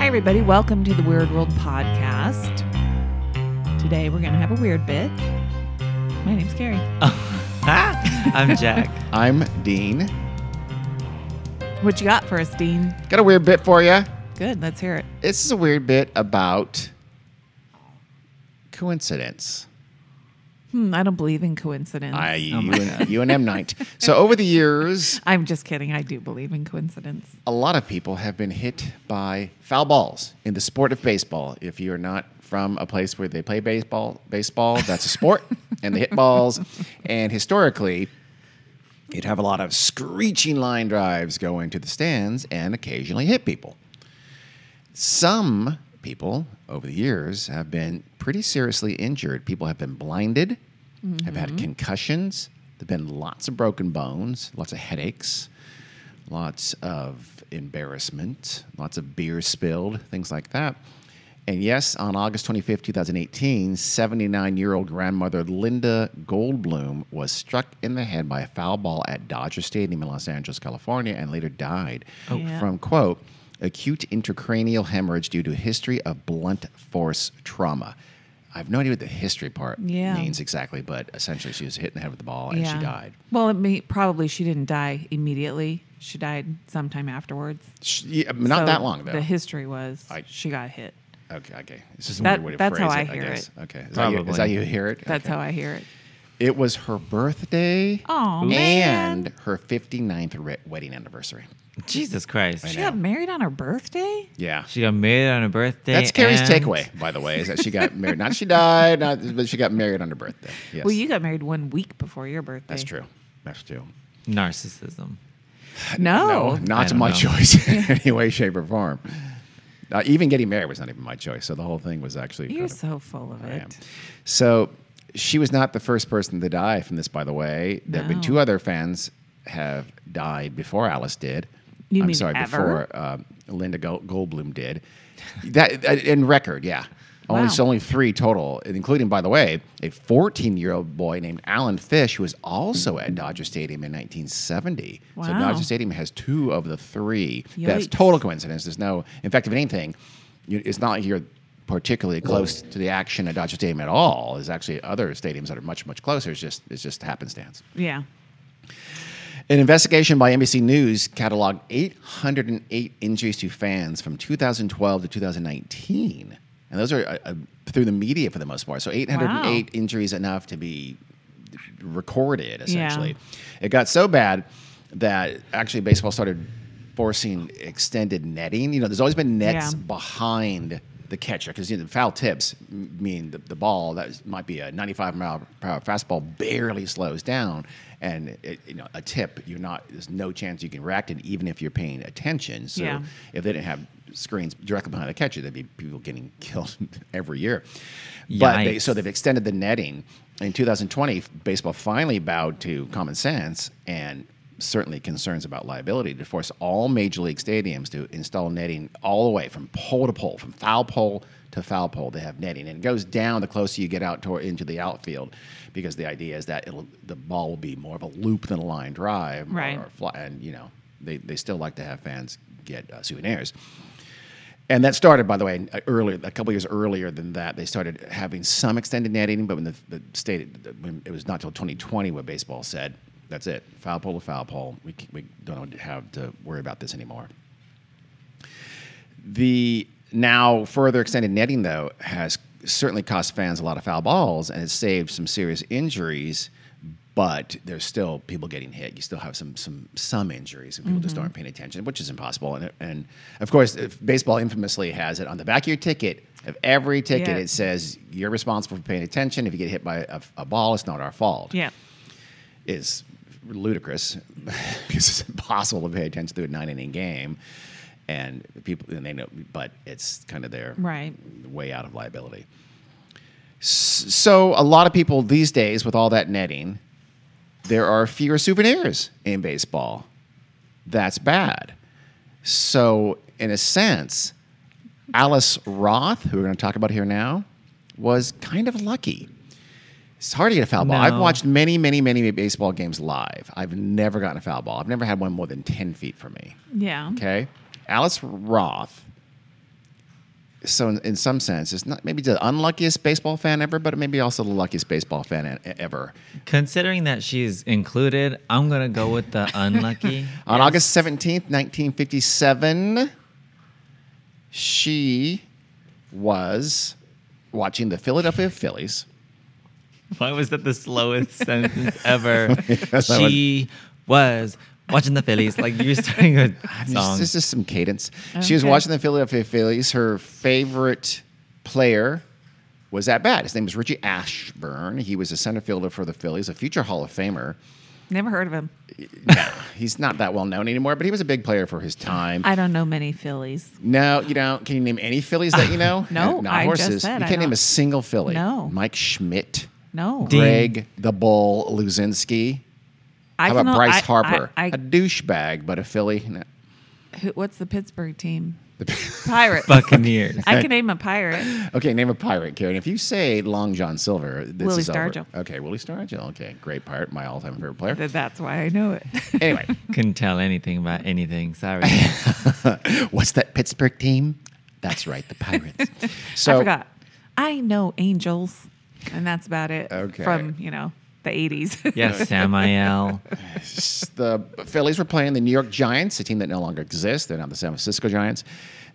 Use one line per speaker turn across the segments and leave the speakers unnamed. everybody. Welcome to the Weird World Podcast. Today we're going to have a weird bit. My name's Carrie.
Uh.
I'm Jack.
I'm Dean.
What you got for us, Dean?
Got a weird bit for you.
Good. Let's hear it.
This is a weird bit about coincidence.
Hmm, I don't believe in coincidence.
I,
Oh
you,
my
and, you and M. Night. So, over the years,
I'm just kidding. I do believe in coincidence.
a lot of people have been hit by foul balls in the sport of baseball. If you're not from a place where they play baseball, baseball that's a sport, and they hit balls. And historically, you'd have a lot of screeching line drives going to the stands and occasionally hit people. Some people over the years have been pretty seriously injured. People have been blinded, have had concussions, there've been lots of broken bones, lots of headaches, lots of embarrassment, lots of beer spilled, things like that. And yes, on August 25th, 2018, 79 year old grandmother Linda Goldblum was struck in the head by a foul ball at Dodger Stadium in Los Angeles, California, and later died
Yeah.
from, quote, acute intracranial hemorrhage due to history of blunt force trauma. I have no idea what the history part
Yeah.
means exactly, but essentially she was hit in the head with the ball and she died.
Well, it may, probably she didn't die immediately. She died sometime afterwards.
She, yeah, not
So
that long, though.
The history was
I-
she got hit.
okay, okay. This is a
That-
weird way to
that's
phrase
how I
it,
hear
I guess.
it.
Okay. Is that, you, is
Probably.
that you hear it?
That's
Okay.
how I hear it.
It was her birthday
Aw,
and
man.
her 59th re- wedding anniversary.
Jesus Christ.
She got married on her birthday.
Yeah.
She got married on her birthday.
That's Carrie's
and-
takeaway, by the way, is that she got married. Not she died, not, but she got married on her birthday. Yes.
Well, you got married one week before your birthday.
That's true. That's true.
Narcissism.
No. Oh.
No, not
don't
my
know.
choice in any way, shape, or form. Uh, even getting married was not even my choice. So the whole thing was actually.
You're
kind of-
so full of
I am.
it.
So she was not the first person to die from this, by the way. There have been
No.
two other fans have died before Alice did.
You
I'm
mean
sorry,
ever?
before um, Linda Go- Goldblum did. That uh, in record, yeah.
Wow.
Only so only three total, including, by the way, a 14-year-old boy named Alan Fish who was also at Dodger Stadium in 1970. So
Wow.
Dodger Stadium has two of the three. That's
Yikes.
total coincidence. There's no, in fact, if anything, you, it's not like you're particularly close to the action at Dodger Stadium at all. There's actually other stadiums that are much, much closer. It's just, it's just happenstance.
Yeah.
An investigation by NBC News cataloged 808 injuries to fans from 2012 to 2019. And those are uh, uh, through the media for the most part. So 808 injuries enough to be recorded, essentially. It got so bad that actually baseball started forcing extended netting. You know, there's always been nets
Yeah.
behind the catcher because you know, foul tips m- mean the, the ball that is- might be a 95 mile per hour fastball barely slows down, and it, you know a tip you're not there's no chance you can react it even if you're paying attention. So
Yeah.
if they didn't have screens directly behind the catcher, there'd be people getting killed every year. But they, so
Yikes.
they've extended the netting. In 2020, baseball finally bowed to common sense and certainly concerns about liability to force all major league stadiums to install netting all the way from pole to pole, from foul pole to foul pole. They have netting, and it goes down the closer you get out toward into the outfield, because the idea is that it'll, the ball will be more of a loop than a line drive,
Right.
Or fly, and you know they, they still like to have fans get uh, souvenirs. And that started, by the way, uh, earlier, a couple years earlier than that. They started having some extended netting, but when the, the state, when it was not till 2020 when baseball said, that's it, foul pole to foul pole. We, c- we don't have to worry about this anymore. The now further extended netting, though, has certainly cost fans a lot of foul balls and has saved some serious injuries. But there's still people getting hit. You still have some some some injuries, and people
Mm-hmm.
just aren't paying attention, which is impossible. And and of course, if baseball infamously has it on the back of your ticket. Of every ticket,
Yeah.
it says you're responsible for paying attention. If you get hit by a, a ball, it's not our fault
Yeah.
is ludicrous because it's impossible to pay attention to a nine inning game. And people, and they know, but it's kind of their
Right.
way out of liability. S- So, a lot of people these days, with all that netting, there are fewer souvenirs in baseball. That's bad. So, in a sense, Alice Roth, who we're going to talk about here now, was kind of lucky. It's hard to get a foul ball. I've
No.
watched many, many, many baseball games live. I've never gotten a foul ball. I've never had one more than 10 feet from me.
Yeah.
Okay. Alice Roth so in, in some sense, it's not maybe the unluckiest baseball fan ever, but maybe also the luckiest baseball fan e- ever.
Considering that she's included, I'm gonna go with the unlucky.
On August seventeenth, nineteen fifty-seven, she was watching the Philadelphia Phillies.
Why was that the slowest sentence ever?
Yes, that
she was watching the Phillies. Like you're starting a song.
This is some cadence. She was
Okay.
watching the Philadelphia Phillies. Her favorite player was at bat. His name was Richie Ashburn. He was a center fielder for the Phillies, a future Hall of Famer.
Never heard of him.
He's not that well known anymore, but he was a big player for his time.
I don't know many Phillies.
No, you know, can you name any Phillies that you know?
No,
not
I just
horses.
said
you
I
can't name
don't-
a single Philly.
No.
Mike Schmidt,
No.
Dean.
Greg the Bull Luzinski.
I
How
can
about
o- I-
Bryce Harper? A
I- I-
douchebag, but a Philly. No.
who, what's the Pittsburgh team? Pirates.
Buccaneers.
I can name a pirate.
Okay, name a pirate, Karen. If you say Long John Silver, this
Willie
is over.
Stargell.
Okay, Willie Stargell. Okay, great pirate, my all-time favorite player.
Th- That's why I know it.
Anyway,
Couldn't tell anything about anything. Sorry.
what's that Pittsburgh team? That's right, the Pirates. So
I forgot. I know angels, and that's about it.
Okay.
From you know the eighties.
yes, Samael.
the Phillies were playing the New York Giants, a team that no longer exists. They're now the San Francisco Giants.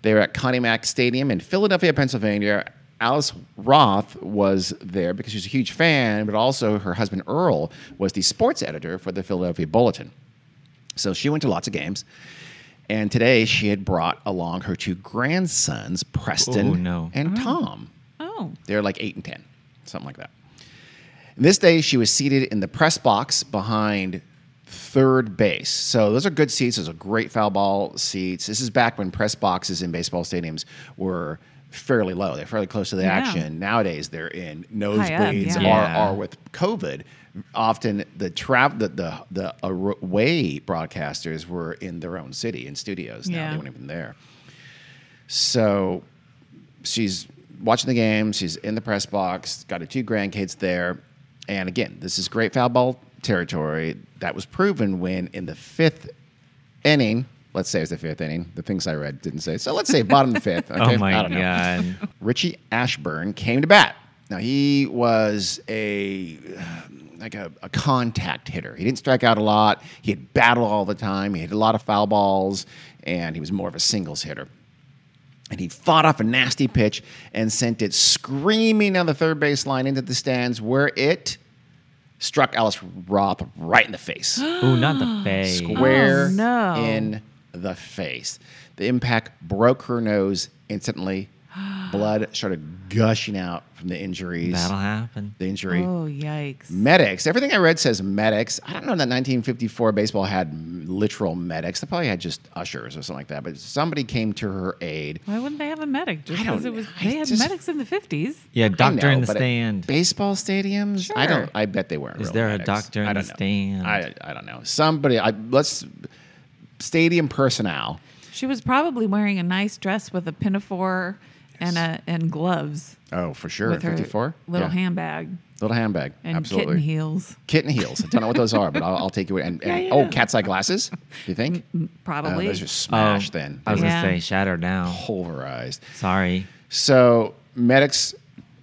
They were at Connie Mack Stadium in Philadelphia, Pennsylvania. Alice Roth was there because she's a huge fan, but also her husband Earl was the sports editor for the Philadelphia Bulletin. So she went to lots of games. And today she had brought along her two grandsons, Preston
Oh, no.
and Tom.
oh,
They're like eight and ten, something like that. This day, she was seated in the press box behind third base. So those are good seats. Those are great foul ball seats. This is back when press boxes in baseball stadiums were fairly low. They're fairly close to the
Yeah.
action. Nowadays, they're in
up,
nosebleeds
yeah.
or
Yeah.
are with COVID. Often the travel the, the the away broadcasters were in their own city in studios. Now
Yeah.
they weren't even there. So she's watching the game. She's in the press box. Got her two grandkids there. And again, this is great foul ball territory. That was proven when in the fifth inning. Let's say it's the fifth inning. The things I read didn't say. So let's say bottom of the fifth. Okay?
Oh my
I don't know.
god.
Richie Ashburn came to bat. Now he was a like a, a contact hitter. He didn't strike out a lot. He had battle all the time. He hit a lot of foul balls, and he was more of a singles hitter. And he fought off a nasty pitch and sent it screaming on the third base line into the stands, where it struck Alice Roth right in the face
Ooh, not the face.
square
Oh, no.
in the face. The impact broke her nose instantly. Blood started gushing out from the injuries.
That'll happen.
The injury.
oh yikes!
Medics. Everything I read says medics. I don't know that 1954 baseball had m- literal medics. They probably had just ushers or something like that. But somebody came to her aid.
Why wouldn't they have a medic? Just
I don't
because it was
know. I
they had
just-
medics in the fifties.
Yeah,
I
doctor
know,
in the
but at
stand.
Baseball stadiums. I
Sure.
don't. I bet they weren't.
Is
real
there a
medics.
doctor in
I
the
don't know.
stand?
I, I don't know. Somebody. I, let's stadium personnel.
She was probably wearing a nice dress with a pinafore and a and gloves
Oh, for sure.
with her
54?
little
Yeah.
handbag
Little handbag.
and
Absolutely. Uh,
kitten heels.
Kitten heels. I don't know what those are, but I'll, I'll take you. And, and
Yeah,
oh,
yeah.
cat's eye glasses. Do you think? Oh,
Probably.
those are smashed. Then
Oh, I was
Yeah.
gonna say shattered now.
pulverized.
Sorry.
So medics,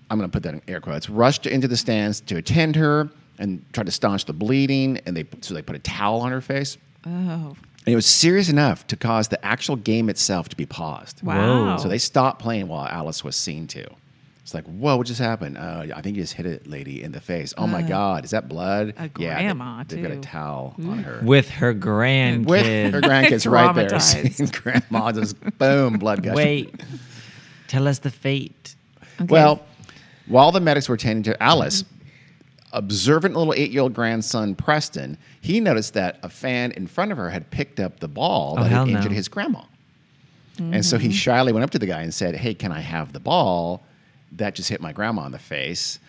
I'm going to put that in air quotes, rushed into the stands to attend her and tried to staunch the bleeding. And they so they put a towel on her face.
oh
And it was serious enough to cause the actual game itself to be paused.
wow!
So they stopped playing while Alice was seen to. It's like, whoa, what just happened? Uh, I think you just hit a lady in the face. Oh my God, is that blood?
Uh, A
they-
grandma,
They've got a
too. Mm.
towel on her.
With her grandkid.
With her grandkids right there.
Traumatized.
Seeing grandma just boom, blood gushing.
Wait. Tell us the fate.
Okay.
Well, while the medics were tending to Alice, observant little eight year old grandson Preston, he noticed that a fan in front of her had picked up the ball
Oh,
that
hell
had
no. Mm-hmm.
injured his grandma. And so he shyly went up to the guy and said, Hey, can I have the ball that just hit my grandma in the face?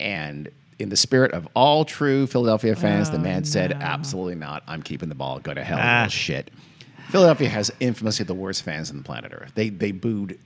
And in the spirit of all true Philadelphia fans, the man said, Absolutely not. I'm keeping the ball. Go to hell,
Oh, Ah.
little shit. Philadelphia has infamously the worst fans on the planet Earth. They, they booed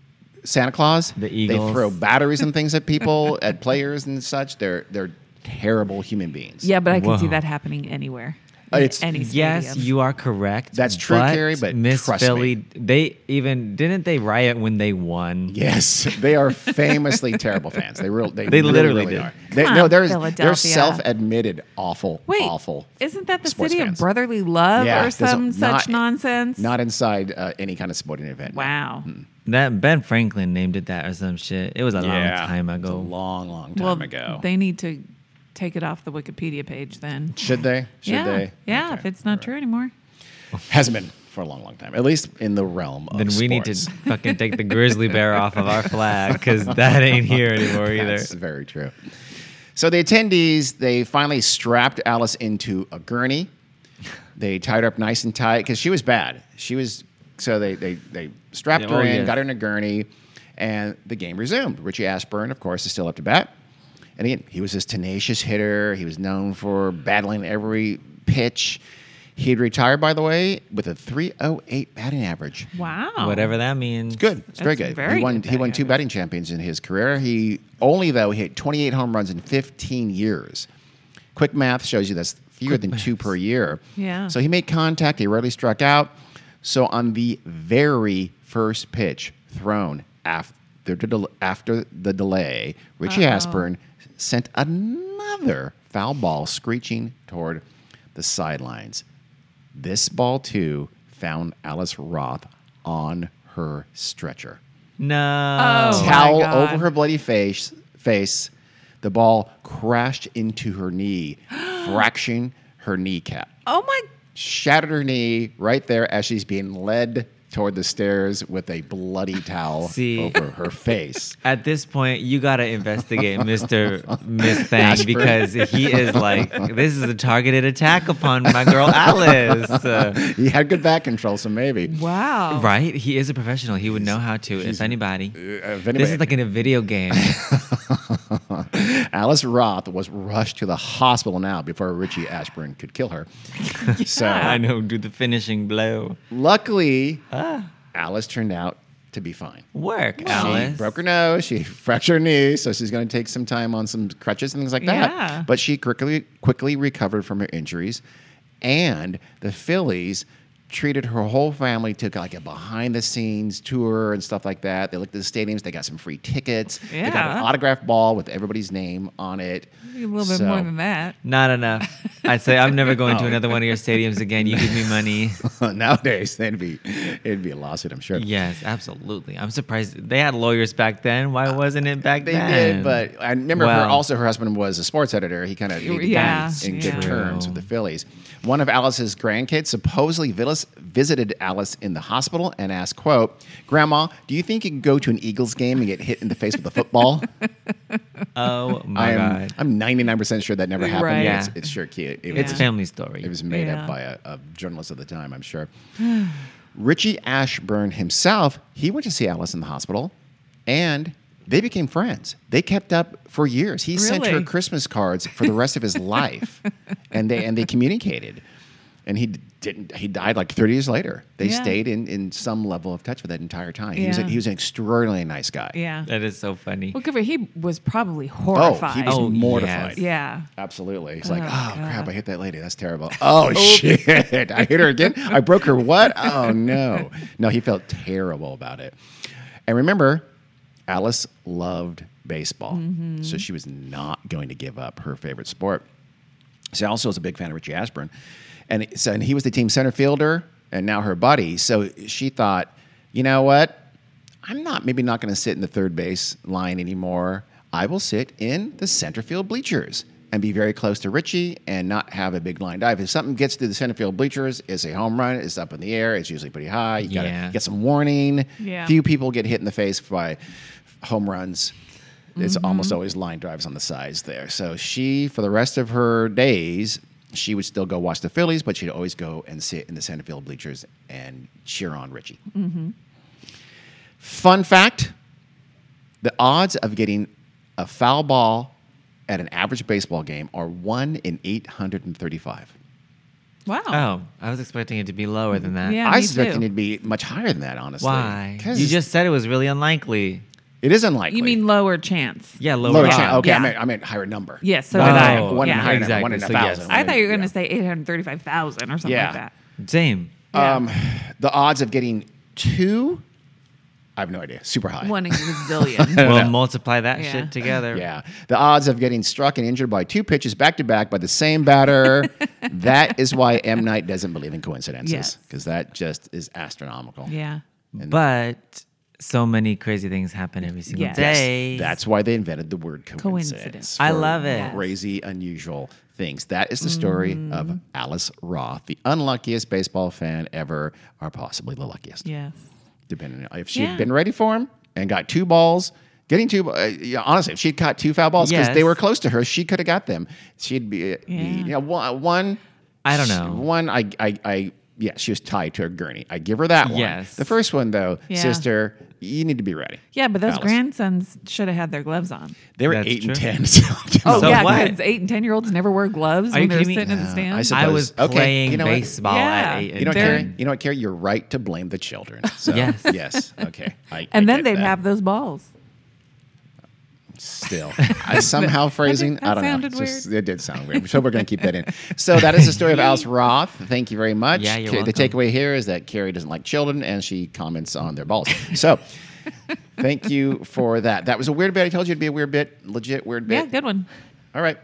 Santa Claus.
The Eagles.
They throw batteries and things at people, at players and such. They're, they're terrible human beings.
yeah, but I can see
Whoa.
that happening anywhere.
Uh, it's-
any stadium.
Yes, you are correct.
That's true, Carrie, but
Miss
trust
Philly,
me.
they even didn't they riot when they won.
Yes, they are famously terrible fans. They real, they,
They
really,
literally
really
do.
are. They,
Come
no,
on,
they're they're
Philadelphia.
self-admitted awful,
Wait,
awful.
Isn't that the
sports
city of
fans.
brotherly love or
Yeah, that's a-
some
not-
such nonsense?
Not Mm, inside uh, any kind of sporting event. no.
wow.
That Ben Franklin named it that or some shit. It was a long time
It's a
ago.
long, long time
Well,
ago.
they need to take it off the Wikipedia page then.
Should they? Should
yeah,
they?
yeah.
Okay.
If it's not true anymore,
hasn't been for a long, long time. At least in the realm of
Then we need to
sports.
fucking take the grizzly bear off of our flag because that ain't here anymore either.
That's very true. So the attendees, they finally strapped Alice into a gurney. They tied her up nice and tight because she was bad. She was so they they they strapped
Yeah,
her
oh,
in,
yeah.
got her in a gurney, and the game resumed. Richie Ashburn, of course, is still up to bat. And again, he was this tenacious hitter. He was known for battling every pitch. He'd retired, by the way, with a 308 batting average.
wow.
Whatever that means.
Good. It's very
That's
good.
very
he won.
good
he won
batting
two
average.
batting champions in his career. He only though he hit 28 home runs in 15 years. Quick math shows you that's fewer than two per year.
Yeah.
So he made contact. He rarely struck out. So on the very first pitch thrown after the del- after the delay, Richie Ashburn sent another foul ball screeching toward the sidelines. This ball too found Alice Roth on her stretcher
No.
Oh. my
towel
God.
over her bloody face. Face, the ball crashed into her knee, fracturing her kneecap.
Oh my.
Shattered her knee right there as she's being led toward the stairs with a bloody towel
See.
over her face.
At this point, you gotta investigate Mr. Miss Thang because he is like, this is a targeted attack upon my girl Alice. Uh,
He had good back control, so maybe.
Wow.
right? He is a professional. He would know how to, if anybody.
uh, If
This
anybody-
is like in a video game.
Alice Roth was rushed to the hospital now before Richie Ashburn could kill her. So
I know, do the finishing blow.
luckily,
Ah.
Alice turned out to be fine.
Work,
She
Alice.
broke her nose. She fractured her knee, so she's going to take some time on some crutches and things like that.
Yeah.
But she quickly quickly recovered from her injuries, and the Phillies treated her whole family took like a behind the scenes tour and stuff like that. They looked at the stadiums. They got some free tickets. They got
Yeah.
an autograph ball with everybody's name on it.
A little bit
So-
more than that.
Not enough. I'd say I'm never going
Oh.
to another one of your stadiums again. You give me money.
Nowadays, it'd be it'd be a lawsuit, I'm sure.
Yes, absolutely. I'm surprised they had lawyers back then. Why wasn't it back
They
then?
did, but I remember her.
Well.
Also, her husband was a sports editor. He kind of
Yeah,
in
yeah.
good terms
True.
with the Phillies. One of Alice's grandkids supposedly villis- visited Alice in the hospital and asked, "quote Grandma, do you think you can go to an Eagles game and get hit in the face with a football?"
oh my
I'm
god,
I'm 99 percent sure that never happened. but
Right.
It's,
Yeah.
it's sure cute. It
it's
Yeah.
family story.
it was made
Yeah.
up by a, a journalist at the time, I'm sure. Richie Ashburn himself, he went to see Alice in the hospital and they became friends. They kept up for years. He sent her
Really?
Christmas cards for the rest of his life and they and they communicated. And he didn't he died like 30 years later. They
Yeah.
stayed in, in some level of touch for that entire time. He was a,
Yeah.
he was an extraordinarily nice guy.
Yeah.
that is so funny.
Well, good for he was probably
Oh,
horrified.
he was
Oh,
mortified.
yes.
yeah.
Absolutely. He's like, oh,
Oh,
crap,
God.
I hit that lady. That's terrible. Oh, shit. I hit her again. I broke her what? Oh, no. No, he felt terrible about it. And remember, Alice loved baseball. So she was not going to give up her favorite sport. She also was a big fan of Richie Ashburn. And, it- so, and he was the team center fielder and now her buddy. So she thought, you know what? I'm not maybe not going to sit in the third base line anymore. I will sit in the center field bleachers and be very close to Richie and not have a big line dive. If something gets to the center field bleachers, it's a home run. It's up in the air. It's usually pretty high. You gotta
Yeah.
get some warning.
Yeah.
Few people get hit in the face by home runs. It's
Mm-hmm.
almost always line drives on the sides there. So she, for the rest of her days, she would still go watch the Phillies, but she'd always go and sit in the center field bleachers and cheer on Richie.
Mm-hmm.
Fun fact the odds of getting a foul ball at an average baseball game are 1 in 835.
Wow.
oh, I was expecting it to be lower than that.
Yeah.
I
me
expected
too.
it to be much higher than that, honestly.
Why?
'Cause
You just said it was really unlikely.
It is unlikely.
You mean lower chance?
Yeah, lower,
lower
odds.
chance? Okay,
Yeah.
I meant I meant higher number.
Yes, so
Wow.
did I.
Oh,
One in
yeah.
higher number,
Exactly.
one in a
So yes.
thousand.
I thought you were going to
Yeah.
say 835,000 or something
Yeah.
like that.
Same.
Yeah.
Um, the odds of getting two, I have no idea. Super high.
One in a gazillion.
Well, multiply that
Yeah.
shit together.
Yeah. The odds of getting struck and injured by two pitches back to back by the same batter. that is why M. Knight doesn't believe in coincidences
Yes.
because that just is astronomical.
yeah.
But so many crazy things happen every single
Yes. Yes,
day.
That's why they invented the word coincidence.
Coincidence.
I
for
love it. Mm.
Crazy, unusual things. That is the story of Alice Roth, the unluckiest baseball fan ever, or possibly the luckiest,
Yes.
depending on if she
Yeah.
had been ready for him and got two balls. Getting two, uh, yeah, honestly, if she'd caught two foul balls because they
Yes.
were close to her, she could have got them. She'd be, uh, be-
Yeah.
you know, one, one-
I don't
she-
know.
One, I, I, I, yeah, she was tied to a gurney. I give her that one.
Yes.
The first one, though,
Yeah.
sister, you need to be ready.
Yeah, but those
Alice.
grandsons should have had their gloves on.
They were
That's
eight
true.
and ten. So
Oh,
So
yeah,
what?
because 8 and 10 year olds never wear gloves
Are you
when they're
kidding me?
sitting in the
Yeah,
stand.
I said-
I was
Okay,
playing
you know what?
baseball
Yeah.
at eight.
You know,
and
what, Carrie.
ten.
You know what, Carrie? You're right to blame the children. So,
Yes.
Yes. Okay. I,
and
I
then
get
they'd
that.
have those balls.
still. I somehow phrasing.
that
I don't
sounded
know. It's just- it did sound weird. So we're going to keep that in. So that is the story of Alice Roth. Thank you very much.
Yeah, you're
Ca- The
welcome.
takeaway here is that Carrie doesn't like children, and she comments on their balls. So. Thank you for that. That was a weird bit. I told you it'd be a weird bit. Legit weird bit.
Yeah, good one.
All right.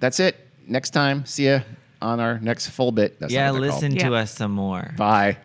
That's it. Next time, see ya on our next full bit. That's not
yeah,
what they're called.
listen to
Yeah.
us some more.
Bye.